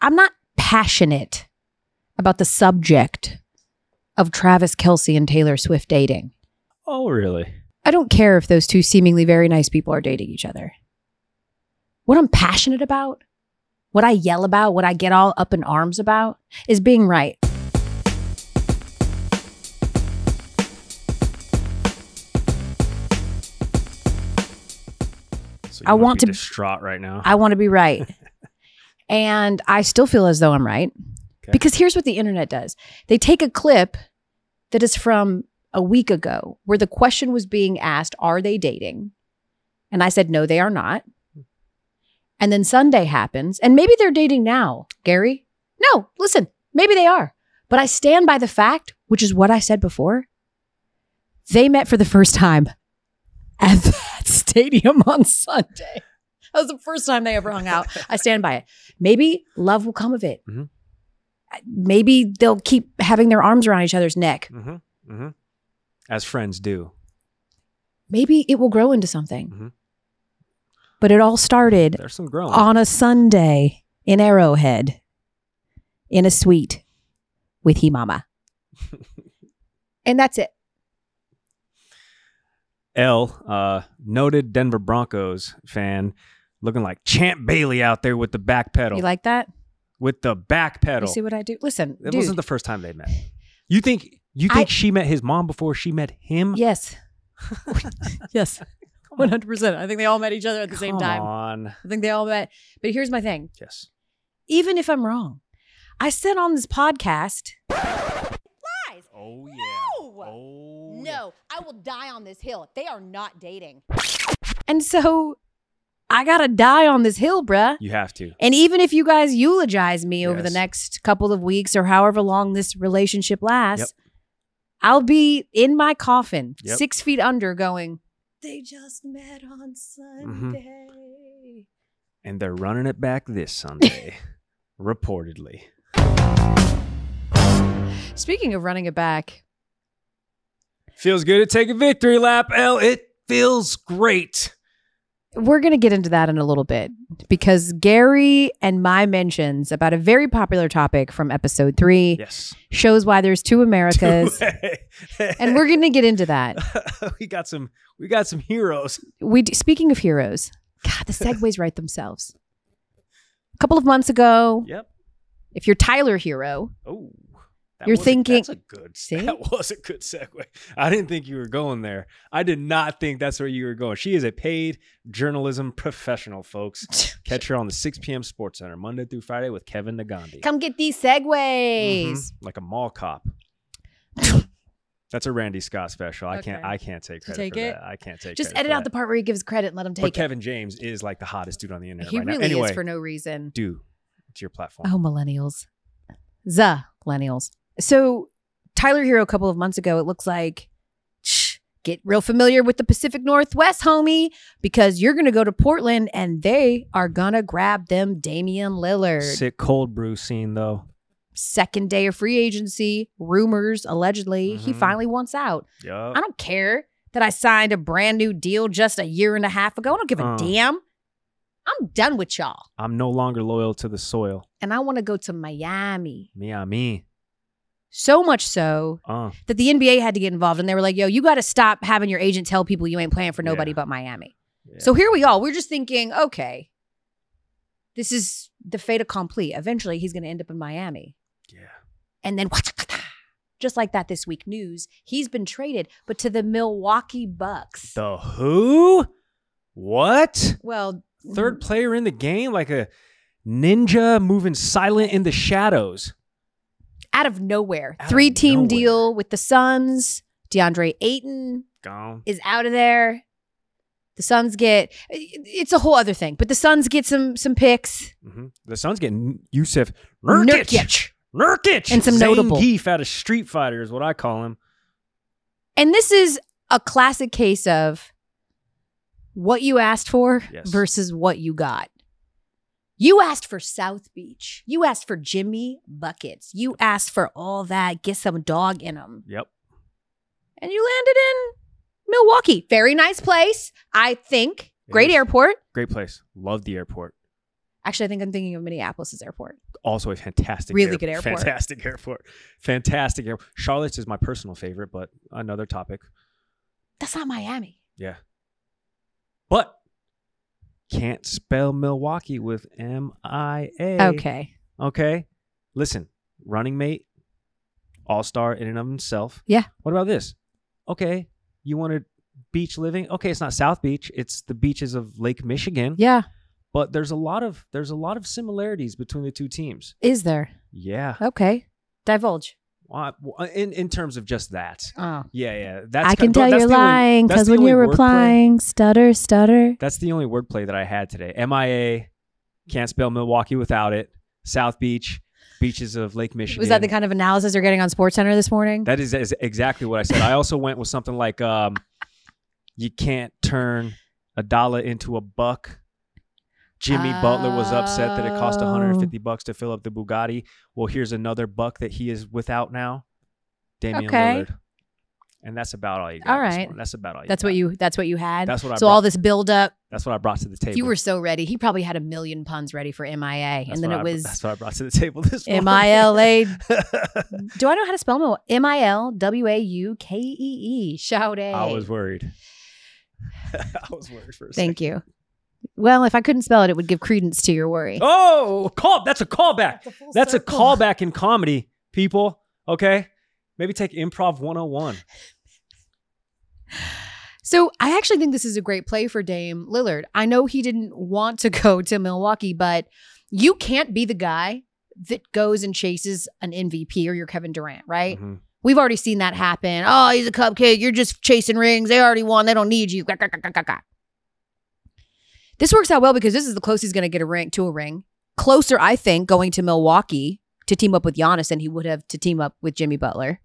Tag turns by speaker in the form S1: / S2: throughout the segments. S1: I'm not passionate about the subject of Travis Kelsey and Taylor Swift dating.
S2: Oh, really?
S1: I don't care if those two seemingly very nice people are dating each other. What I'm passionate about, what I yell about, what I get all up in arms about is being right.
S2: So
S1: I
S2: must
S1: want
S2: be
S1: to-
S2: distraught right now.
S1: I want to be right. and I still feel as though I'm right.
S2: Okay.
S1: Because here's what the internet does they take a clip that is from a week ago where the question was being asked, Are they dating? And I said, No, they are not. And then Sunday happens, and maybe they're dating now, Gary. No, listen, maybe they are. But I stand by the fact, which is what I said before. They met for the first time at that stadium on Sunday. That was the first time they ever hung out. I stand by it. Maybe love will come of it.
S2: Mhm.
S1: Maybe they'll keep having their arms around each other's neck.
S2: hmm hmm As friends do.
S1: Maybe it will grow into something.
S2: Mhm.
S1: But it all started
S2: There's some growing.
S1: on a Sunday in Arrowhead in a suite with he mama. and that's it.
S2: L, uh, noted Denver Broncos fan, looking like Champ Bailey out there with the back pedal.
S1: You like that?
S2: with the back
S1: You
S2: pedal.
S1: see what I do? Listen,
S2: it
S1: dude.
S2: wasn't the first time they met. You think you think she met his mom before she met him?
S1: yes. yes. 100%. I think they all met each other at the same
S2: Come
S1: time.
S2: on.
S1: I think they all met. But here's my thing.
S2: Yes.
S1: even if I'm wrong. I said on this podcast. Lies.
S2: Oh yeah.
S1: No!
S2: Oh
S1: No, I will die on this hill. They are not dating. And so I got to die on this hill, bruh.
S2: You have to.
S1: And even if you guys eulogize me over the
S2: Yes.
S1: next couple of weeks or however long this relationship lasts,
S2: Yep.
S1: I'll be in my coffin,
S2: Yep.
S1: six feet under, going, They just met on
S2: Mm-hmm.
S1: Sunday.
S2: And they're running it back this Sunday, reportedly.
S1: Speaking of running it back,
S2: Feels good to take a victory lap, L. It feels great.
S1: We're going to get into that in a little bit because Gary and my mentions about a very popular topic from episode three
S2: Yes.
S1: shows why there's two Americas. and we're going to get into that.
S2: we got some we got some heroes.
S1: We do, Speaking of heroes, God, the segues write themselves. A couple of months ago,
S2: Yep.
S1: if you're Tyler Hero,
S2: Oh. that
S1: You're
S2: was a-
S1: thinking-
S2: that's a good
S1: See?
S2: that was a good segue. I didn't think you were going there. I did not think that's where you were going. She is a paid journalism professional, folks. Catch her on the 6 p.m. Sports Center Monday through Friday with Kevin Nagandi.
S1: come get these
S2: Mhm.
S1: segues.
S2: Like a mall cop. That's a Randy Scott special. I can't.
S1: Okay.
S2: I can't take
S1: You
S2: credit
S1: take
S2: for
S1: it?
S2: that. I can't take.
S1: Just
S2: credit
S1: edit
S2: for
S1: out the
S2: that.
S1: part where he gives credit and let him
S2: But
S1: take it.
S2: Kevin James is like the hottest dude on the internet
S1: He
S2: right
S1: really
S2: now. Anyway,
S1: is for no reason.
S2: do it's your platform.
S1: Oh, millennials. The millennials. So Tyler Hero a couple of months ago, it looks like shh, get real familiar with the Pacific Northwest, homie, because you're gonna go to Portland and they are gonna grab them Damian Lillard.
S2: Sick cold brew scene though.
S1: Second day of free agency, rumors allegedly, he
S2: Mhm.
S1: finally wants out.
S2: Yup.
S1: I don't care that I signed a brand new deal just a year and a half ago. I don't give a
S2: Uh.
S1: damn. I'm done with y'all.
S2: I'm no longer loyal to the soil.
S1: And I want to go to Miami.
S2: Me, I me.
S1: So much so
S2: Uh,
S1: that the NBA had to get involved and they were like, yo, you got to stop having your agent tell people you ain't playing for nobody
S2: Yeah.
S1: but Miami.
S2: yeah.
S1: So here we are. We're just thinking, okay, this is the fait accompli. Eventually, he's going to end up in Miami.
S2: yeah.
S1: And then, just like that, this week news, he's been traded, but to the Milwaukee Bucks.
S2: The who? What?
S1: well, Mm.
S2: Third player in the game, like a ninja moving silent in the shadows.
S1: out of nowhere,
S2: Out of
S1: three team
S2: nowhere.
S1: deal with the Suns. DeAndre Ayton
S2: Gone.
S1: is out of there. The Suns get it's a whole other thing, but the Suns get some some picks.
S2: hmm The Suns getting Yusef Nurkic.
S1: Nurkic.
S2: Nurkic.
S1: And some notable-
S2: Zangief out of Street Fighter is what I call him.
S1: And this is a classic case of what you asked for
S2: Yes.
S1: versus what you got. You asked for South Beach. You asked for Jimmy Buckets. You asked for all that. Get some dog in them.
S2: Yep.
S1: And you landed in Milwaukee. Very nice place, I think.
S2: It
S1: Great
S2: is.
S1: airport.
S2: Great place. Love the airport.
S1: Actually, I think I'm thinking of Minneapolis's airport.
S2: Also a fantastic,
S1: Really
S2: air-
S1: good airport.
S2: fantastic airport, fantastic airport. Charlotte's is my personal favorite, but another topic.
S1: That's not Miami.
S2: Yeah, but can't spell Milwaukee with M I A.
S1: Okay.
S2: Okay. Listen, running mate, all star in and of himself.
S1: Yeah.
S2: What about this? Okay. You wanted beach living? Okay, it's not South Beach. It's the beaches of Lake Michigan.
S1: Yeah.
S2: But there's a lot of there's a lot of similarities between the two teams.
S1: Is there?
S2: Yeah.
S1: Okay. Divulge.
S2: Why- why- In in terms of just that.
S1: Oh.
S2: Yeah, yeah. Ah. That's
S1: I
S2: ki-
S1: can tell
S2: that's
S1: you're
S2: the only-
S1: lying
S2: that's
S1: because
S2: the
S1: when
S2: only
S1: you're
S2: wordplay-
S1: replying, stutter, stutter.
S2: That's the only wordplay that I had today. MIA can't spell Milwaukee without it. South Beach, beaches of Lake Michigan.
S1: Was that the kind of analysis you're getting on SportsCenter this morning?
S2: That is, is exactly what I said. I also went with something like, um, "You can't turn a dollar into a buck." Jimmy Butler was upset that it cost
S1: Oh.
S2: 150 bucks to fill up the Bugatti. Well, here's another buck that he is without now, Damian
S1: Okay.
S2: Lillard. And that's about all you got.
S1: All
S2: this
S1: right.
S2: morning. that's about all. You
S1: that's what
S2: got.
S1: you. That's what you had.
S2: That's what I.
S1: so
S2: brought,
S1: all this buildup,
S2: That's what I brought to the table.
S1: you were so ready. He probably had a million puns ready for MIA,
S2: That's
S1: and then
S2: what
S1: it
S2: I-
S1: was
S2: That's what I brought to the table this morning.
S1: M I L A.
S2: I
S1: Do I know how to spell Mil- M I L W A U K E E? Shout A.
S2: was worried. I was worried for a second.
S1: Thank you. Well, if I couldn't spell it, it would give credence to your worry.
S2: Oh, call. That's a callback. That's a callback in comedy, people. Okay. Maybe take improv 101.
S1: So I actually think this is a great play for Dame Lillard. I know he didn't want to go to Milwaukee, but you can't be the guy that goes and chases an MVP or your Kevin Durant, right?
S2: Mhm.
S1: We've already seen that happen. Oh, he's a cupcake. You're just chasing rings. They already won. They don't need you. Gah, gah, gah, gah, gah, gah. This works out well because this is the closest he's going to get a ring to a ring. Closer, I think, going to Milwaukee to team up with Giannis than he would have to team up with Jimmy Butler.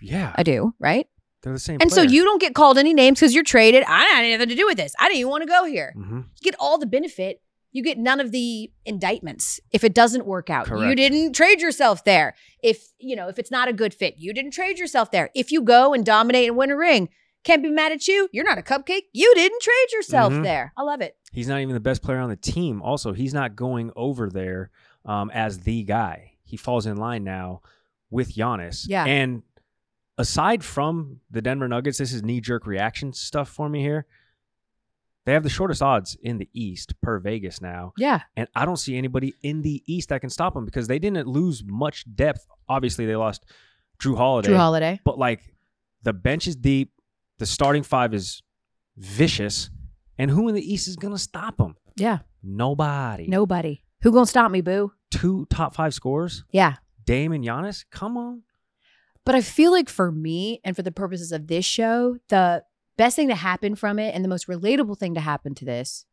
S2: Yeah.
S1: I do, right?
S2: They're the same.
S1: And so
S2: player.
S1: you don't get called any names because you're traded. I had nothing to do with this. I didn't even want to go here.
S2: Mhm.
S1: You get all the benefit. You get none of the indictments if it doesn't work out. You
S2: Correct.
S1: didn't trade yourself there. If you know if it's not a good fit, you didn't trade yourself there. If you go and dominate and win a ring, can't be mad at you. You're not a cupcake. You didn't trade yourself
S2: Mhm.
S1: there. I love it.
S2: He's not even the best player on the team. Also, he's not going over there um, as the guy. He falls in line now with Giannis.
S1: Yeah.
S2: And aside from the Denver Nuggets, this is knee jerk reaction stuff for me here. They have the shortest odds in the East per Vegas now.
S1: Yeah,
S2: And I don't see anybody in the East that can stop them because they didn't lose much depth. Obviously, they lost Drew Holiday.
S1: Holiday.
S2: But like the bench is deep, the starting five is vicious, and who in the East is going to stop them?
S1: Yeah,
S2: Nobody.
S1: nobody. Who gonna stop me, boo?
S2: Two top five scores,
S1: Yeah.
S2: Dame and Giannis. Come on.
S1: But I feel like for me and for the purposes of this show, the best thing to happen from it and the most relatable thing to happen to this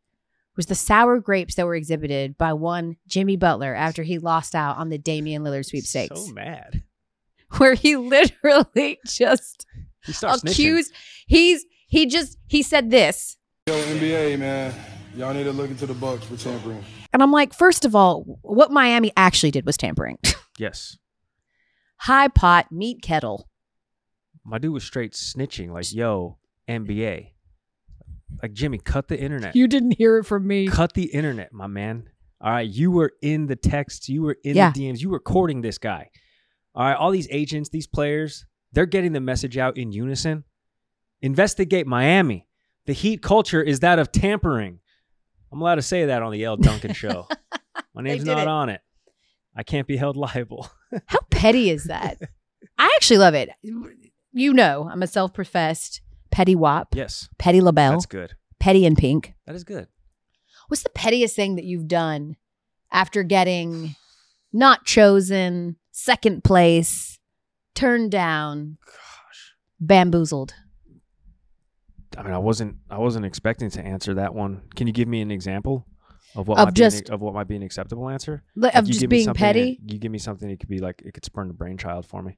S1: was the sour grapes that were exhibited by one Jimmy Butler after he lost out on the Damian Lillard sweepstakes,
S2: So mad.
S1: where he literally just
S2: He starts snitching.
S1: accused. He's he just he said this.
S3: Yo, NBA, man. Y'all need to look into the Bucks for tampering.
S1: And I'm like, first of all, what Miami actually did was tampering.
S2: Yes.
S1: High pot, meat kettle.
S2: My dude was straight snitching, like, yo, NBA. Like, Jimmy, cut the internet.
S1: You didn't hear it from me.
S2: cut the internet, my man. All right, you were in the texts, you were in
S1: Yeah.
S2: the DMs, you were courting this guy. All right, all these agents, these players, they're getting the message out in unison. Investigate Miami. The Heat culture is that of tampering. I'm allowed to say that on the L Duncan show. My name's
S1: did
S2: not
S1: it.
S2: on it. I can't be held liable.
S1: How petty is that? I actually love it. You know, I'm a self professed petty wop,
S2: Yes,
S1: petty labelle,
S2: that's good.
S1: petty and pink.
S2: That is good.
S1: What's the pettiest thing that you've done after getting not chosen, second place, turned down,
S2: Gosh.
S1: bamboozled?
S2: I mean, I wasn't I wasn't expecting to answer that one. Can you give me an example of what
S1: Of
S2: might be
S1: just-
S2: an, of what might be an acceptable answer?
S1: Like,
S2: Like,
S1: of
S2: you
S1: just
S2: give me
S1: being
S2: something
S1: petty?
S2: that- you give me something, it could be like it could spurn a brainchild for me.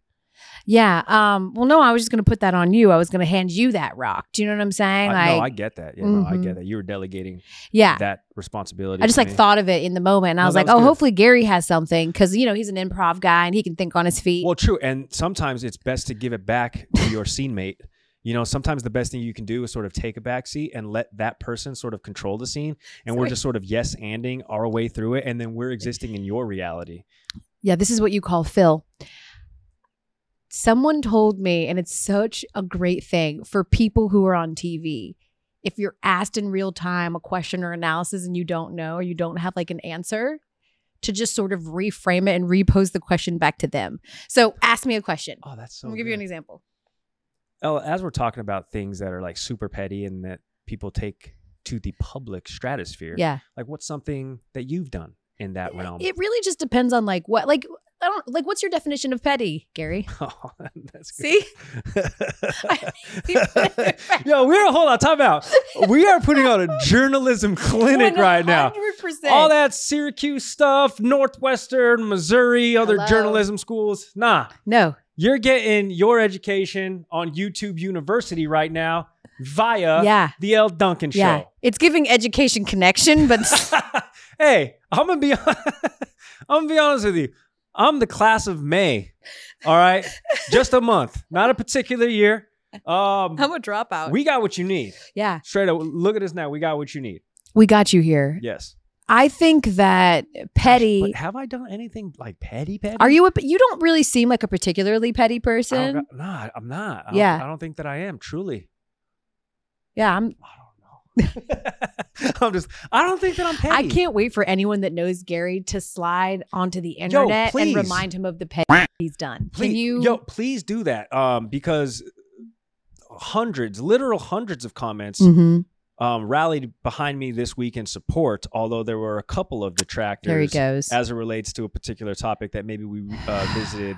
S1: yeah. Um, well, no, I was just going to put that on you. I was going to hand you that rock. Do you know what I'm saying?
S2: I, no, I
S1: like,
S2: get that. Yeah, no, I
S1: Mhm.
S2: get that. You were delegating
S1: yeah.
S2: that responsibility.
S1: I just
S2: to
S1: like
S2: me.
S1: thought of it in the moment. And I
S2: No,
S1: was
S2: that
S1: like,
S2: was
S1: oh,
S2: good.
S1: hopefully Gary has something because, you know, he's an improv guy and he can think on his feet.
S2: Well, true, and sometimes it's best to give it back to your scene mate You know, sometimes the best thing you can do is sort of take a back seat and let that person sort of control the scene. And we're
S1: Sorry.
S2: just sort of yes anding our way through it. And then we're existing in your reality.
S1: Yeah, this is what you call Phil. Someone told me, and it's such a great thing for people who are on TV. If you're asked in real time a question or analysis and you don't know or you don't have like an answer, to just sort of reframe it and repose the question back to them. So ask me a question.
S2: Oh, that's so
S1: Let me give you an
S2: good.
S1: example.
S2: Oh, as we're talking about things that are like super petty and that people take to the public stratosphere,
S1: Yeah.
S2: like what's something that you've done in that realm?
S1: It really just depends on like what, like, I don't like what's your definition of petty, Gary?
S2: oh, that's good.
S1: See?
S2: Yo, we're hold on, time out. We are putting on a journalism clinic right now.
S1: 100%.
S2: All that Syracuse stuff, Northwestern, Missouri, other
S1: Hello.
S2: journalism schools. Nah,
S1: No.
S2: you're getting your education on YouTube University right now via
S1: yeah.
S2: the L. Duncan Uh, Show.
S1: Yeah. It's giving education connection, but
S2: hey, I'm gonna be I'm gonna be honest with you. I'm the class of May. All right. Just a month, not a particular year. Um
S1: I'm a dropout.
S2: we got what you need.
S1: yeah.
S2: Straight up look at us now. We got what you need.
S1: We got you here.
S2: Yes.
S1: I think that petty.
S2: But have I done anything like petty petty?
S1: Are you a, you don't really seem like a particularly petty
S2: I don't
S1: person.
S2: got- nah, I'm not. I don't-
S1: Yeah.
S2: I don't think that I am, truly.
S1: yeah, I'm
S2: I don't know. I'm just I don't think that I'm petty.
S1: I can't wait for anyone that knows Gary to slide onto the internet and
S2: please.
S1: remind him of the petty he's done.
S2: please,
S1: Can you
S2: yo please do that um because hundreds literal hundreds of comments
S1: Mhm.
S2: um rallied behind me this week in support although there were a couple of detractors
S1: There he goes.
S2: as it relates to a particular topic that maybe we uh, visited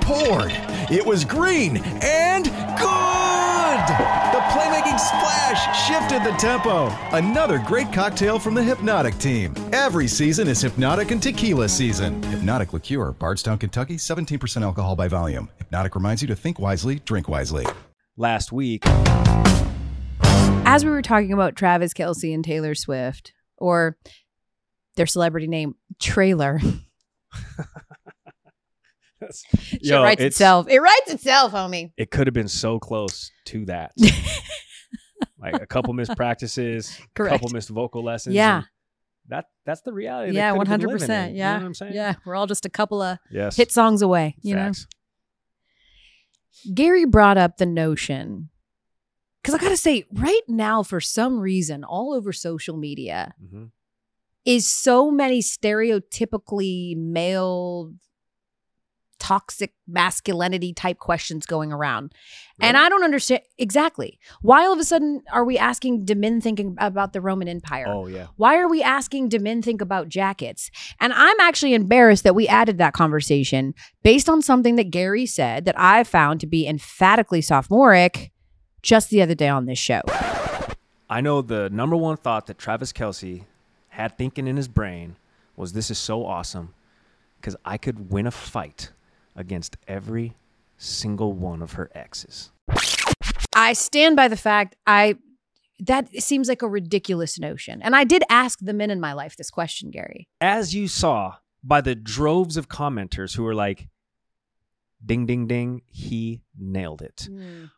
S4: poured. It was green and good! The playmaking splash shifted the tempo. Another great cocktail from the Hypnotic team. Every season is Hypnotic and Tequila season. Hypnotic Liqueur, Bardstown, Kentucky, 17% alcohol by volume. Hypnotic reminds you to think wisely, drink wisely.
S2: last week
S1: as we were talking about Travis Kelsey and Taylor Swift or their celebrity name trailer it
S2: Yo,
S1: writes
S2: it's-
S1: itself it writes itself homie
S2: it could have been so close to that like a couple missed practices a
S1: correct
S2: couple missed vocal lessons
S1: Yeah.
S2: and that that's the reality they
S1: yeah,
S2: could
S1: one
S2: have been
S1: hundred
S2: living
S1: percent.
S2: in.
S1: Yeah,
S2: you know what i'm saying
S1: yeah, we're all just a couple of
S2: yes
S1: hit songs away. You
S2: Facts.
S1: know, Gary brought up the notion because I gotta say, right now, for some reason, all over social media
S2: Mhm.
S1: is so many stereotypically male, toxic masculinity type questions going around, and I don't understand exactly why all of a sudden are we asking do men thinking about the Roman Empire?
S2: oh yeah
S1: Why are we asking do men think about jackets? And I'm actually embarrassed that we added that conversation based on something that Gary said that I found to be emphatically sophomoric just the other day on this show.
S2: I know the number one thought that Travis Kelsey had thinking in his brain was this is so awesome because I could win a fight against every single one of her exes.
S1: I stand by the fact I that seems like a ridiculous notion. And I did ask the men in my life this question, Gary.
S2: As you saw by the droves of commenters who were like, Ding, ding, ding. He nailed it.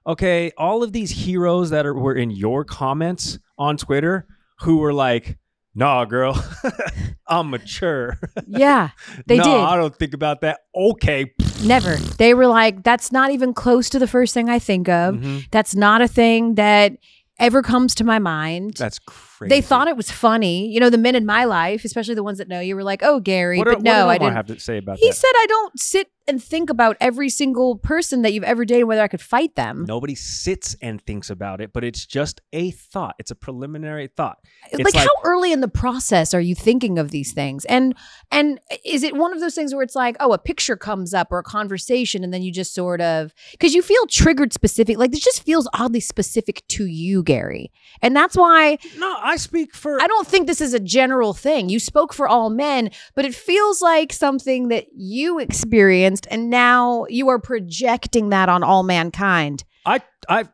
S2: Okay, all of these heroes that are, were in your comments on Twitter who were like, nah, girl, I'm mature.
S1: Yeah, They
S2: "Nah,
S1: did.
S2: I don't think about that. Okay.
S1: never. They were like, that's not even close to the first thing I think of.
S2: Mhm.
S1: That's not a thing that ever comes to my mind.
S2: That's crazy.
S1: they thought it was funny. You know, the men in my life, especially the ones that know you, were like, oh, Gary.
S2: What, do-
S1: but
S2: what
S1: no,
S2: did
S1: I
S2: Omar
S1: didn't.
S2: have to say about
S1: He
S2: that?
S1: said, I don't sit and think about every single person that you've ever dated, whether I could fight them.
S2: Nobody sits and thinks about it, but it's just a thought. It's a preliminary thought. It's
S1: Uh, like,
S2: like-
S1: how early in the process are you thinking of these things and and is it one of those things where it's like oh a picture comes up or a conversation and then you just sort of because you feel triggered specific like this just feels oddly specific to you gary and that's why
S2: No, I speak for.
S1: i don't think this is a general thing you spoke for all men but it feels like something that you experienced and now you are projecting that on all mankind
S2: I I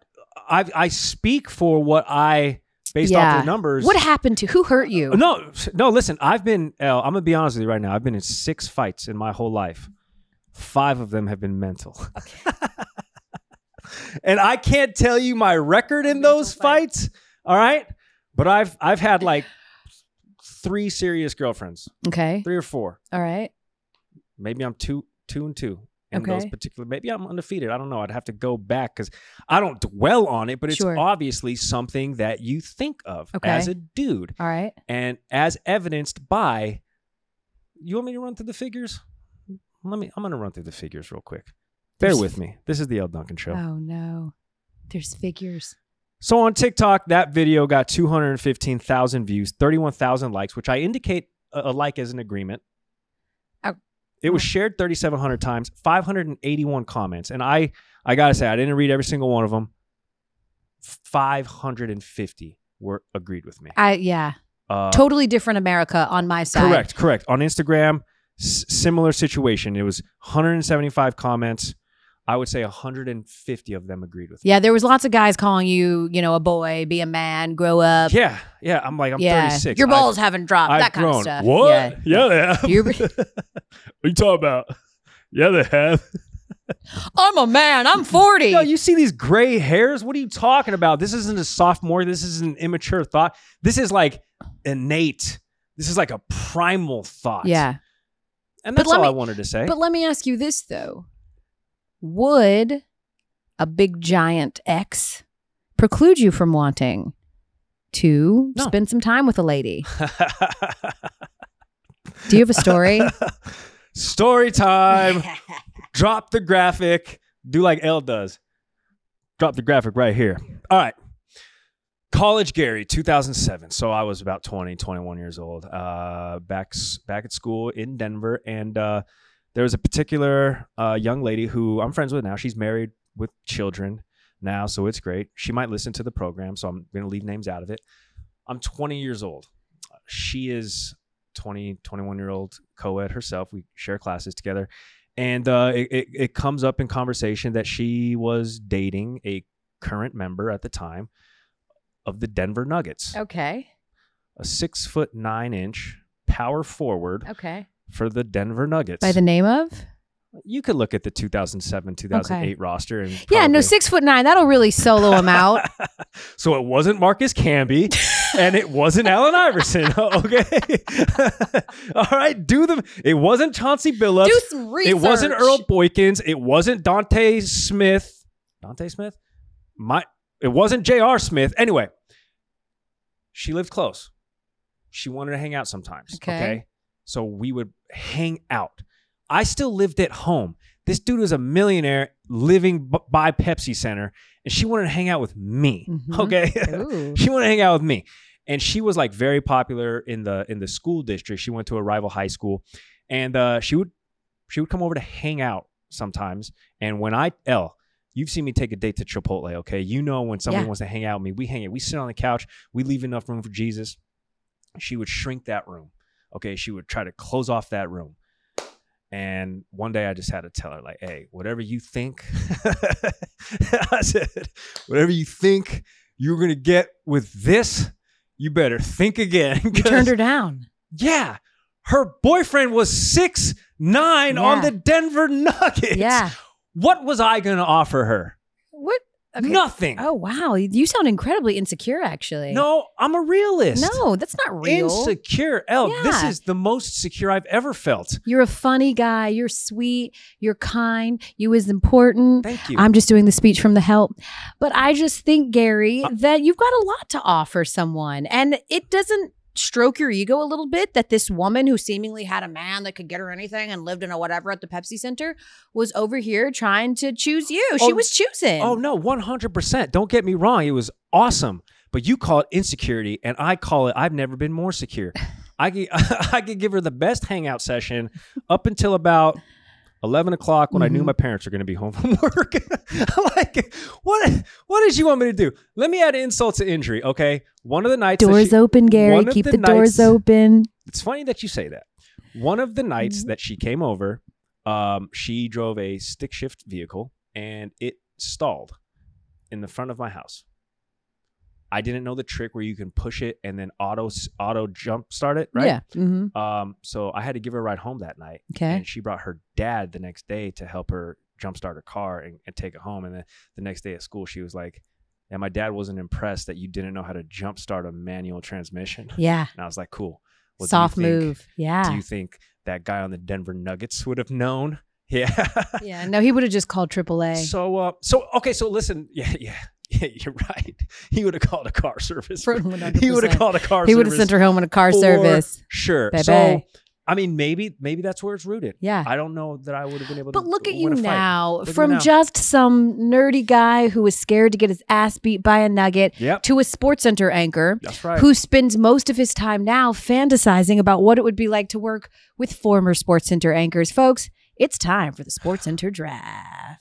S2: I I speak for what I based
S1: Yeah.
S2: off the numbers.
S1: what happened to who hurt you
S2: Oh, No, no. Listen, I've been. Uh, I'm gonna be honest with you right now. I've been in six fights in my whole life. Five of them have been mental. and I can't tell you my record in
S1: Mental
S2: those
S1: fight.
S2: fights. All right, but I've I've had like three serious girlfriends,
S1: okay
S2: three or four.
S1: all right
S2: Maybe I'm two two and two. In those
S1: Okay.
S2: particular, maybe I'm undefeated. I don't know. I'd have to go back because I don't dwell on it, but it's
S1: Sure.
S2: obviously something that you think of
S1: Okay.
S2: as a dude
S1: all right
S2: and as evidenced by you want me to run through the figures let me i'm going to run through the figures real quick bear
S1: There's-
S2: with me this is the l duncan show
S1: Oh no. There's figures.
S2: so on tiktok that video got 215000 views 31000 likes which i indicate a, a like as an agreement
S1: Oh.
S2: it was shared 3700 times 581 comments and i i gotta say i didn't read every single one of them 550 were agreed with me
S1: I yeah.
S2: uh,
S1: totally different America on my side.
S2: Correct, correct. On Instagram, s- similar situation. It was 175 comments. I would say 150 of them agreed with. me.
S1: Yeah, there was lots of guys calling you, you know, a boy, be a man, grow up.
S2: Yeah, yeah. I'm like, I'm
S1: yeah.
S2: 36.
S1: Your
S2: I've-
S1: balls haven't dropped.
S2: I've
S1: that kind
S2: grown.
S1: of stuff. Yeah.
S2: What? Yeah, they have.
S1: You're-
S2: what are you talking about? Yeah, they have.
S1: I'm a man. I'm 40.
S2: No, you see these gray hairs? What are you talking about? This isn't a sophomore. This is an immature thought. This is like innate. This is like a primal thought.
S1: yeah.
S2: and
S1: But
S2: that's
S1: let
S2: all
S1: me-
S2: I wanted to say.
S1: But let me ask you this though. Would a big giant X preclude you from wanting to
S2: No.
S1: spend some time with a lady? Do you have a story?
S2: Story time. drop the graphic. Do like L does. Drop the graphic right here. All right. College Gary, 2007. So I was about 20, 21 years old. Uh, back s- back at school in Denver, and uh, there was a particular uh, young lady who I'm friends with now. She's married with children now, so it's great. She might listen to the program, so I'm going to leave names out of it. I'm 20 years old. She is 20, 21 year old co-ed herself. We share classes together and uh, it, it, it comes up in conversation that she was dating a current member at the time of the Denver Nuggets,
S1: okay.
S2: a six foot nine inch power forward
S1: Okay.
S2: for the Denver Nuggets.
S1: Oh. By the name of?
S2: you could look at the 2007 2008
S1: Okay.
S2: roster and
S1: Yeah, no,
S2: probably-
S1: six foot nine. That'll really solo him out.
S2: so it wasn't Marcus Camby and it wasn't Allen Iverson. Okay. All right. Do them. It wasn't Chauncey Billups.
S1: Do some research.
S2: It wasn't Earl Boykins. It wasn't Dante Smith. Dante Smith? My it wasn't J.R. Smith. Anyway, she lived close. She wanted to hang out sometimes.
S1: Okay.
S2: Okay. So we would hang out. I still lived at home. This dude was a millionaire living b- by Pepsi Center, and she wanted to hang out with me.
S1: Mhm.
S2: Okay.
S1: Ooh.
S2: she wanted to hang out with me. And she was like very popular in the in the school district. She went to a rival high school and uh, she would she would come over to hang out sometimes. And when I L, you've seen me take a date to Chipotle, okay? You know when someone
S1: Yeah.
S2: wants to hang out with me, we hang out. We sit on the couch. We leave enough room for Jesus. She would shrink that room, okay? She would try to close off that room. And one day I just had to tell her, like, hey, whatever you think, I said, whatever you think you're gonna get with this, you better think again.
S1: You turned her down.
S2: Yeah. Her boyfriend was six nine on
S1: Yeah.
S2: the Denver Nuggets.
S1: yeah.
S2: What was I going to offer her?
S1: What? Okay.
S2: Nothing.
S1: Oh wow, you sound incredibly insecure. Actually,
S2: No, I'm a realist.
S1: no, that's not real.
S2: Insecure. L, this
S1: Yeah.
S2: is the most secure I've ever felt.
S1: You're a funny guy. You're sweet. You're kind. You is important.
S2: Thank you.
S1: I'm just doing the speech from the help. But I just think,
S2: Uh,
S1: Gary, that you've got a lot to offer someone. And it doesn't stroke your ego a little bit that this woman who seemingly had a man that could get her anything and lived in a whatever at the Pepsi Center was over here trying to choose you. she
S2: Oh,
S1: was choosing.
S2: oh, no, 100%. Don't get me wrong. It was awesome. But you call it insecurity, and I call it I've never been more secure. I could, I could give her the best hangout session up until about 11 o'clock when I knew
S1: Mhm.
S2: my parents were going to be home from work. like, what, what did you want me to do? Let me add insult to injury, okay? One of the nights. that
S1: Doors
S2: she-
S1: open, Gary.
S2: one of
S1: Keep
S2: the
S1: the, doors
S2: nights-
S1: open.
S2: it's funny that you say that. One of the nights
S1: Mhm.
S2: that she came over, um, she drove a stick shift vehicle and it stalled in the front of my house. I didn't know the trick where you can push it and then auto auto jump start it, right?
S1: Yeah. hmm
S2: Um, so I had to give her a ride home that night,
S1: Okay.
S2: and she brought her dad the next day to help her jump start her car and, and take it home. And then the next day at school, she was like, "And my dad wasn't impressed that you didn't know how to jump start a manual transmission."
S1: Yeah.
S2: And I was like, "Cool, Well, do you
S1: Soft
S2: think-
S1: move. Yeah.
S2: do you think that guy on the Denver Nuggets would have known? Yeah.
S1: yeah. No, he would have just called AAA.
S2: so uh, so okay, so listen, yeah, yeah, yeah, you're right. He would have called a car service.
S1: For
S2: for-
S1: 100%.
S2: He would have called a car
S1: He would
S2: service.
S1: have sent her home in a car
S2: for
S1: service.
S2: Sure.
S1: Bye
S2: So
S1: bye.
S2: I mean, maybe maybe that's where it's rooted.
S1: Yeah.
S2: I don't know that I would have been able to.
S1: But look at
S2: win
S1: you
S2: a fight.
S1: now,
S2: at you
S1: from
S2: now.
S1: just some nerdy guy who was scared to get his ass beat by a nugget
S2: Yep.
S1: to a sports center anchor
S2: That's right.
S1: who spends most of his time now fantasizing about what it would be like to work with former sports center anchors, folks. It's time for the sports center draft.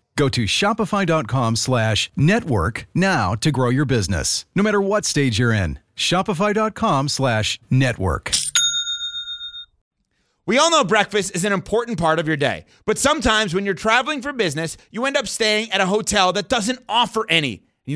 S4: Go to Shopify.com slash network now to grow your business. No matter what stage you're in. Shopify.com slash network.
S5: We all know breakfast is an important part of your day, but sometimes when you're traveling for business, you end up staying at a hotel that doesn't offer any. You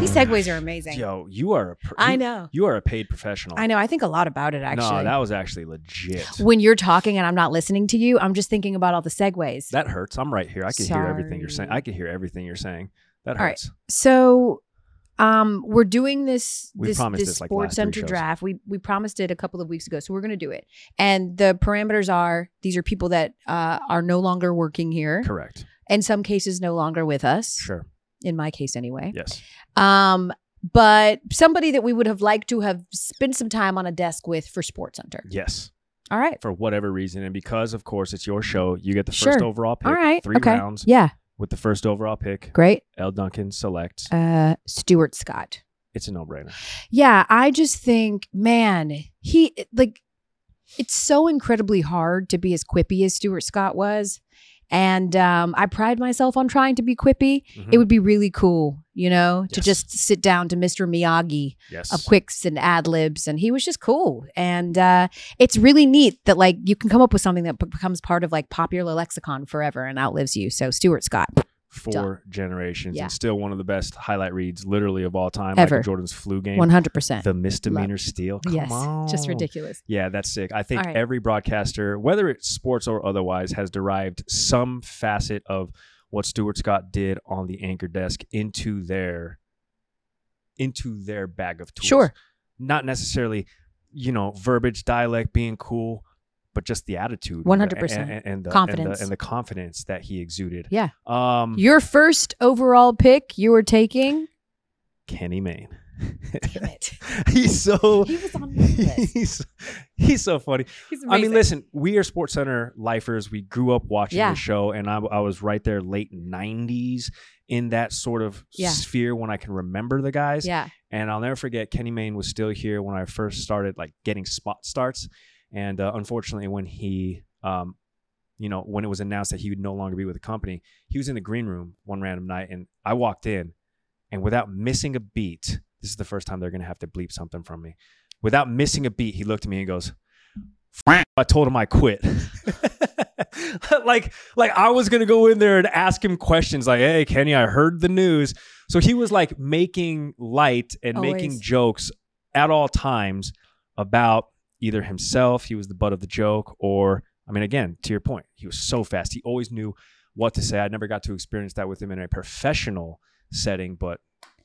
S1: These segues are amazing.
S2: Yo, you are a. Pr-
S1: I
S2: you-
S1: know.
S2: You are a paid professional.
S1: I know. I think a lot about it actually.
S2: No, that was actually legit.
S1: when you're talking and I'm not listening to you, I'm just thinking about all the segues.
S2: That hurts. I'm right here. I can hear everything you're saying.
S1: Sorry.
S2: I can hear everything you're saying. That
S1: All right.
S2: hurts.
S1: So um we're doing this
S2: We
S1: this,
S2: promised
S1: this
S2: this, like, last
S1: sports
S2: three
S1: center
S2: shows.
S1: draft. We we promised it a couple of weeks ago. So we're going to do it. And the parameters are these are people that uh, are no longer working here.
S2: Correct.
S1: In some cases no longer with us.
S2: Sure.
S1: In my case anyway.
S2: Yes.
S1: Um but somebody that we would have liked to have spent some time on a desk with for sports center.
S2: Yes.
S1: All right.
S2: for whatever reason. And because, of course, it's your show, you get the
S1: Sure.
S2: first overall pick.
S1: All right.
S2: Three
S1: okay.
S2: rounds
S1: Yeah.
S2: with the first overall pick.
S1: Great.
S2: L. Duncan selects.
S1: Uh Stuart Scott.
S2: it's a no brainer.
S1: Yeah, I just think, man, he like it's so incredibly hard to be as quippy as Stuart Scott was. And um, I pride myself on trying to be quippy.
S2: Mm-hmm.
S1: It would be really cool, you know, to
S2: Mm. Yes.
S1: just sit down to Mr. Miyagi
S2: yes.
S1: of quicks and ad libs. And he was just cool. And uh, it's really neat that, like, you can come up with something that be- becomes part of like popular lexicon forever and outlives you. So, Stuart Scott.
S2: Four
S1: done.
S2: generations
S1: Yeah.
S2: and still one of the best highlight reads, literally of all time.
S1: Ever.
S2: Michael Jordan's flu game.
S1: 100%.
S2: The misdemeanor steal. Come
S1: yes.
S2: on.
S1: Just ridiculous.
S2: Yeah, that's sick. I think
S1: All right.
S2: every broadcaster, whether it's sports or otherwise, has derived some facet of what Stuart Scott did on the anchor desk into their into their bag of tools.
S1: Sure.
S2: Not necessarily, you know, verbiage, dialect being cool, but just the attitude. and the-
S1: 100%.
S2: and, and the And
S1: Confidence.
S2: the, and the confidence that he exuded.
S1: Yeah.
S2: Um
S1: Your first overall pick you were taking
S2: Kenny Mayne.
S1: Damn it.
S2: he's so
S1: He was on my list.
S2: he's he's so funny.
S1: He's amazing.
S2: I mean, listen, we are Sports Center lifers. We grew up watching
S1: Yeah.
S2: the show, and I, I was right there, late '90s, in that sort of
S1: Yeah.
S2: sphere when I can remember the guys.
S1: Yeah.
S2: And I'll never forget Kenny Mayne was still here when I first started like getting spot starts, and uh, unfortunately, when he, um, you know, when it was announced that he would no longer be with the company, he was in the green room one random night, and I walked in, and without missing a beat, this is the first time they're gonna have to bleep something from me. Without missing a beat, he looked at me and goes, "F- "I told him I quit." like, like I was gonna go in there and ask him questions, like, "Hey, Kenny, I heard the news." So he was like making light and making
S1: Always.
S2: jokes at all times about either himself, he was the butt of the joke, or I mean, again, to your point, he was so fast. He always knew what to say. I never got to experience that with him in a professional setting, but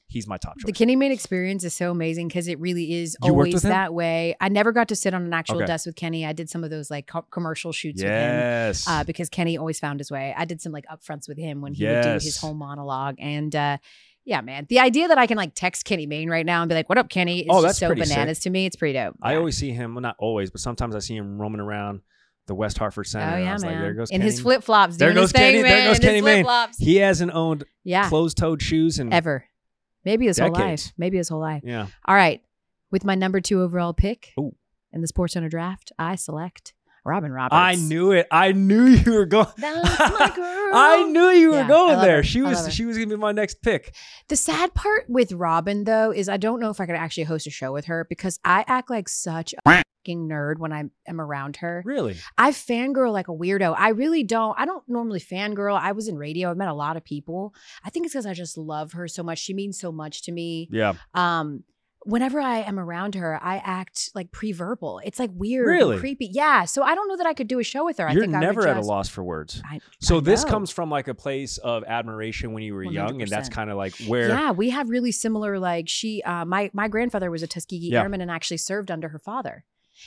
S2: he's my top
S1: The
S2: choice.
S1: Kenny Mayne experience is so amazing because it really is
S2: You worked
S1: always
S2: with him?
S1: that way. I never got to sit on an actual
S2: Okay.
S1: desk with Kenny. I did some of those like co- commercial shoots with him
S2: Yes.
S1: uh, because Kenny always found his way. I did some like upfronts with him when he would do his
S2: Yes.
S1: whole monologue. And uh, yeah, man, the idea that I can like text Kenny Mayne right now and be like, what up, Kenny? is
S2: Oh, that's
S1: just so
S2: pretty sick.
S1: bananas to me. It's pretty dope.
S2: I
S1: Yeah.
S2: always see him, well, not always, but sometimes I see him roaming around the West Hartford
S1: Oh
S2: Center. and I
S1: yeah,
S2: was like,
S1: man!
S2: there goes
S1: in his
S2: Kenny.
S1: flip flops,
S2: There
S1: doing
S2: goes
S1: his thing,
S2: Kenny- there
S1: man.
S2: goes
S1: in his
S2: Kenny Mayne.
S1: flip-flops.
S2: He hasn't owned
S1: Yeah,
S2: closed-toed shoes and
S1: ever, maybe his whole
S2: Hmm. Decades.
S1: life, maybe his whole life.
S2: yeah.
S1: All right. With my number two overall pick
S2: Ooh.
S1: in the Sports Center draft, I select Robin Roberts.
S2: I knew it. I knew you were going.
S1: That's my girl.
S2: I knew you
S1: Yeah,
S2: were
S1: I
S2: going
S1: love
S2: there.
S1: her.
S2: She
S1: I love her.
S2: was she was gonna be my next pick.
S1: The sad part with Robin, though, is I don't know if I could actually host a show with her because I act like such a fucking nerd when I am around her.
S2: Really?
S1: I fangirl like a weirdo. I really don't. I don't normally fangirl. I was in radio. I've met a lot of people. I think it's because I just love her so much. She means so much to me.
S2: Yeah.
S1: um whenever i am around her i act like pre-verbal it's like weird and
S2: Really?
S1: creepy yeah so i don't know that i could do a show with her i
S2: You're
S1: think
S2: never
S1: I would
S2: at a
S1: just-
S2: loss for words.
S1: I-
S2: So
S1: I
S2: this
S1: know.
S2: comes from like a place of admiration when you were young, and that's
S1: 100%.
S2: kind of like where
S1: yeah we have really similar like she uh my my grandfather was a tuskegee
S2: Yeah.
S1: airman and actually served under her father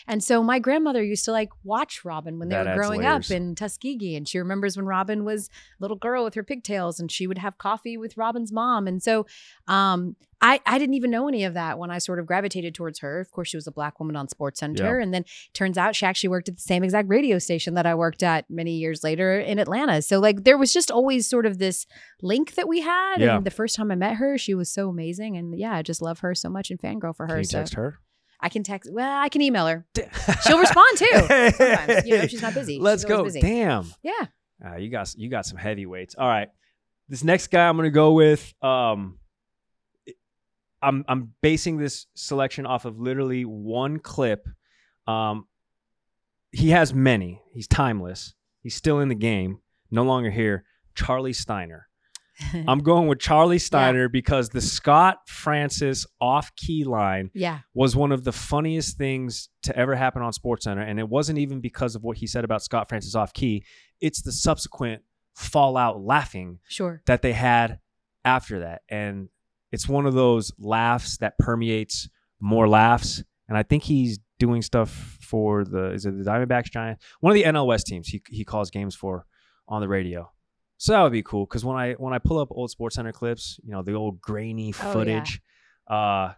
S1: and so my grandmother used to like watch Robin when they
S2: That
S1: were
S2: adds
S1: growing
S2: layers.
S1: up in Tuskegee. And she remembers when Robin was a little girl with her pigtails and she would have coffee with Robin's mom. And so um, I, I didn't even know any of that when I sort of gravitated towards her. Of course, she was a black woman on Sports Center. And then turns out she actually worked at the same exact radio station that I worked at many years later in Atlanta. So like there was just always sort of this link that we had.
S2: Yeah.
S1: And the first time I met her, she was so amazing. And yeah, I just love her so much and fangirl for
S2: Can
S1: her.
S2: you
S1: so
S2: text her?
S1: I can text well, I can email her. She'll respond too. sometimes, you know, if she's not busy.
S2: Let's
S1: She's
S2: go.
S1: always busy.
S2: Damn.
S1: Yeah.
S2: Uh, you got you got some heavyweights. All right. This next guy I'm gonna go with. Um I'm I'm basing this selection off of literally one clip. Um he has many. He's timeless. He's still in the game, no longer here. Charlie Steiner. I'm going with Charlie Steiner because the Scott Francis off key line
S1: yeah.
S2: was one of the funniest things to ever happen on SportsCenter. And it wasn't even because of what he said about Scott Francis off key, it's the subsequent fallout laughing
S1: Sure.
S2: that they had after that. And it's one of those laughs that permeates more laughs. And I think he's doing stuff for the is it the Diamondbacks Giant? One of the NL West teams he he calls games for on the radio. So that would be cool because when I when I pull up old Sports Center clips, you know, the old grainy
S1: Oh, yeah.
S2: footage, uh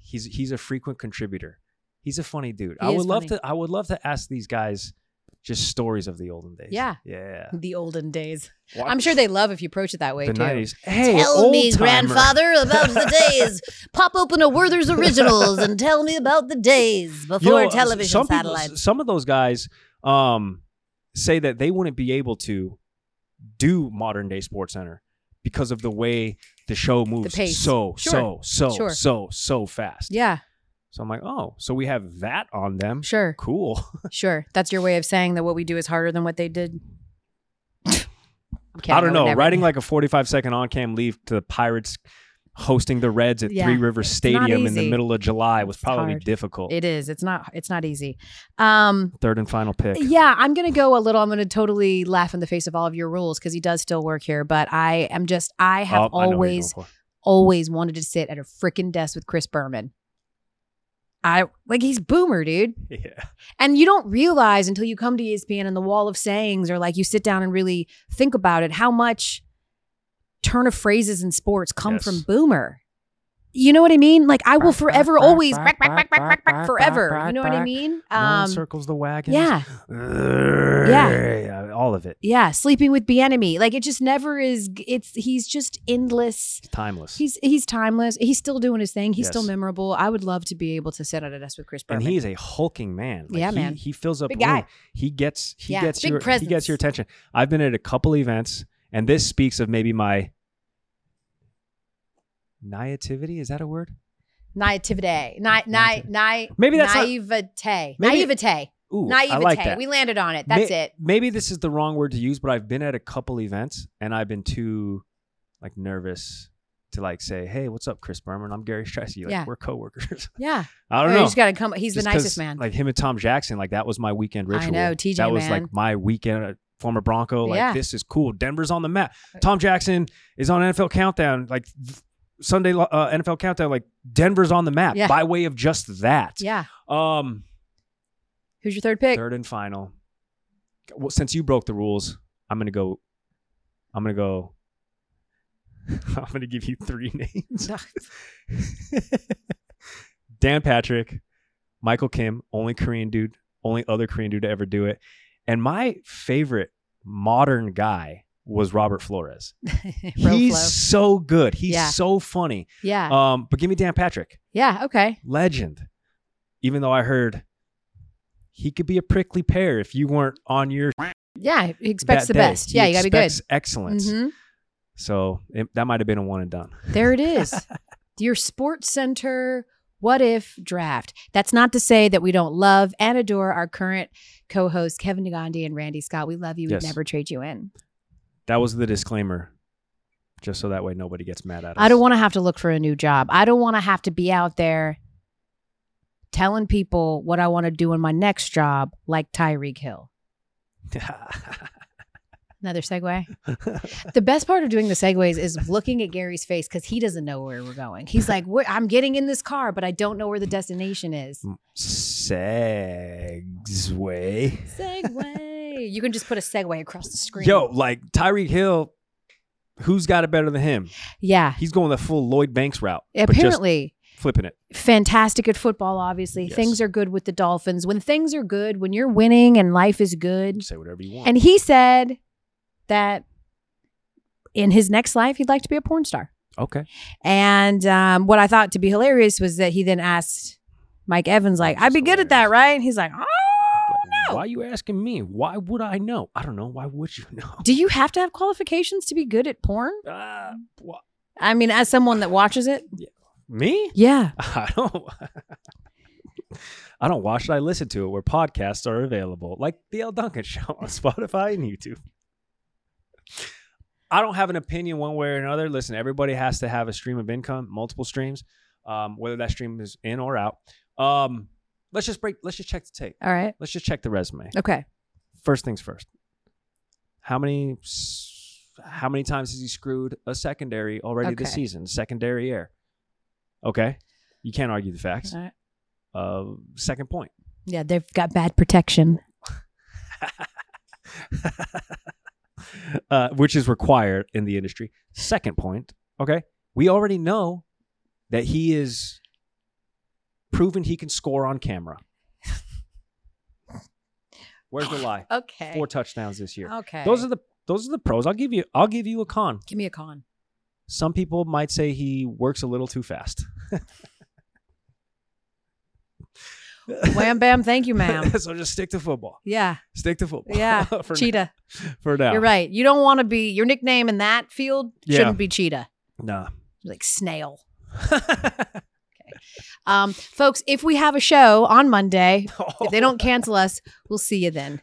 S2: he's he's a frequent contributor. He's a funny dude.
S1: He
S2: I
S1: is
S2: would love
S1: funny.
S2: to I would love to ask these guys just stories of the olden days.
S1: Yeah.
S2: Yeah.
S1: The olden days.
S2: Watch
S1: I'm sure they love if you approach it that way
S2: the
S1: too.
S2: 90s. Hey,
S6: tell me,
S2: old-timer.
S6: grandfather, about the days. Pop open a Werther's Originals and tell me about the days
S2: You
S6: before
S2: know,
S6: television
S2: some people-
S6: satellites.
S2: some of those guys um, say that they wouldn't be able to do modern day Sports Center because of the way the show moves
S1: pace.
S2: so
S1: Sure.
S2: so so
S1: Sure.
S2: so so fast.
S1: Yeah,
S2: So I'm like, oh, so we have that on them.
S1: sure,
S2: Cool.
S1: sure. That's your way of saying that what we do is harder than what they did. I'm kidding,
S2: I don't
S1: would
S2: know.
S1: never-
S2: Writing like a 45 second on cam leave to the Pirates hosting the Reds at
S1: Yeah.
S2: Three Rivers
S1: not
S2: Stadium in the
S1: easy.
S2: middle of July was
S1: It's
S2: probably
S1: hard.
S2: difficult.
S1: it is. It's not. It's not easy. Um,
S2: Third and final pick.
S1: Yeah, I'm going to go a little. I'm going to totally laugh in the face of all of your rules because he does still work here. But I am just, I have
S2: Oh, I know who you're
S1: always,
S2: going for.
S1: always wanted to sit at a freaking desk with Chris Berman. I like he's boomer, dude.
S2: Yeah.
S1: And you don't realize until you come to E ESPN and the wall of sayings, or like you sit down and really think about it, how much turn of phrases in sports come
S2: Yes.
S1: from boomer. You know what I mean? Like I will forever always quack, quack, quack, quack, quack, quack, forever. You know what I mean? Um,
S2: circles the wagon.
S1: yeah,
S2: Yeah. All of it.
S1: yeah. Sleeping with enemy. Like it just never is. It's he's just endless.
S2: It's timeless.
S1: He's he's timeless. He's still doing his thing. He's still
S2: Yes.
S1: memorable. I would love to be able to sit at a desk with Chris
S2: and
S1: Berman.
S2: he's a hulking man. Like,
S1: Yeah,
S2: he,
S1: man.
S2: He fills up
S1: Big
S2: room.
S1: guy.
S2: He gets he
S1: Yeah,
S2: gets
S1: big
S2: your he gets
S1: presence.
S2: your attention. I've been at a couple events, and this speaks of maybe my naivety. Is that a word?
S1: naivete. Ni- ni- ni-
S2: Maybe that's not-
S1: naivete.
S2: Maybe-
S1: naivete.
S2: Ooh, I
S1: naivete.
S2: like that.
S1: We landed on it.
S2: Ma-
S1: That's it.
S2: Maybe this is the wrong word to use, but I've been at a couple events and I've been too like nervous to like say, "Hey, what's up, Chris Berman? I'm Gary Stressy. Like
S1: Yeah.
S2: we're coworkers."
S1: Yeah.
S2: I don't
S1: Or
S2: know.
S1: You just gotta come. He's
S2: Just
S1: the
S2: 'cause,
S1: nicest man.
S2: Like him and Tom Jackson, like that was my weekend
S1: I
S2: ritual.
S1: know, TJ,
S2: That was
S1: man.
S2: like my weekend. uh, Former Bronco, like
S1: Yeah. Uh,
S2: this is cool. Denver's on the map. Tom Jackson is on NFL Countdown, like th- Sunday lo- uh, NFL Countdown. Like Denver's on the map
S1: Yeah.
S2: by way of just that.
S1: yeah.
S2: Um,
S1: Who's your third pick?
S2: third and final. Well, since you broke the rules, I'm gonna go. I'm gonna go. I'm gonna give you three names: Dan Patrick, Michael Kim, only Korean dude, only other Korean dude to ever do it, and my favorite modern guy was Robert Flores.
S1: Bro
S2: He's
S1: flow.
S2: so good. He's
S1: Yeah.
S2: so funny.
S1: Yeah.
S2: Um, but give me Dan Patrick
S1: yeah. Okay.
S2: legend. Even though I heard he could be a prickly pear if you weren't on your
S1: Yeah. He expects
S2: that
S1: the
S2: day.
S1: best.
S2: He
S1: yeah. You gotta be good.
S2: expects Excellence.
S1: Mhm.
S2: So it, that might have been a one and done.
S1: There it is. Your sports center what if draft. That's not to say that we don't love and adore our current co-hosts Kevin Nagandi and Randy Scott. We love you.
S2: Yes.
S1: We'd never trade you in.
S2: That was the disclaimer, just so that way nobody gets mad at us.
S1: I don't want to have to look for a new job. I don't want to have to be out there telling people what I want to do in my next job, like Tyreek Hill. Another segue. the best part of doing the segues is looking at Gary's face because he doesn't know where we're going. He's like, "Where- I'm getting in this car, but I don't know where the destination is.
S2: Mm, Segway.
S1: Segway. You can just put a segue across the screen.
S2: Yo, like Tyreek Hill, who's got it better than him?
S1: Yeah.
S2: He's going the full Lloyd Banks route. but just
S1: Apparently,
S2: flipping it.
S1: fantastic at football, obviously.
S2: Yes.
S1: Things are good with the Dolphins. When things are good, when you're winning and life is good,
S2: Say whatever you want.
S1: And he said that in his next life, he'd like to be a porn star.
S2: okay.
S1: And um, what I thought to be hilarious was that he then asked Mike Evans, like, I'd be good at that, right? And he's like, oh, no.
S2: Why are you asking me? Why would I know? I don't know. Why would you know?
S1: do you have to have qualifications to be good at porn?
S2: Uh, wha-
S1: I mean, as someone that watches it,
S2: me?
S1: yeah.
S2: I don't. I don't watch it. I listen to it where podcasts are available, like the L Duncan Show on Spotify and YouTube. I don't have an opinion one way or another. Listen, everybody has to have a stream of income, multiple streams, um, whether that stream is in or out. Um, let's just break. Let's just check the tape.
S1: All right.
S2: Let's just check the resume.
S1: Okay.
S2: First things first. How many? s- How many times has he screwed a secondary already this
S1: Okay.
S2: season? Secondary air. Okay, you can't argue the facts.
S1: All right.
S2: Uh, second point.
S1: Yeah, they've got bad protection.
S2: uh, which is required in the industry. Second point, okay, we already know that he is proven he can score on camera. Where's the lie?
S1: Okay.
S2: Four touchdowns this year.
S1: Okay.
S2: Those are the those are the pros. I'll give you I'll give you a con.
S1: Give me a con.
S2: Some people might say he works a little too fast.
S1: Wham bam. Thank you, ma'am.
S2: so just stick to football.
S1: Yeah.
S2: Stick to football.
S1: Yeah.
S2: for,
S1: Cheetah.
S2: for now.
S1: You're right. You don't want to be your nickname in that field
S2: Yeah.
S1: shouldn't be cheetah,
S2: Nah.
S1: like snail. Um, folks, if we have a show on Monday, if they don't cancel us, we'll see you then.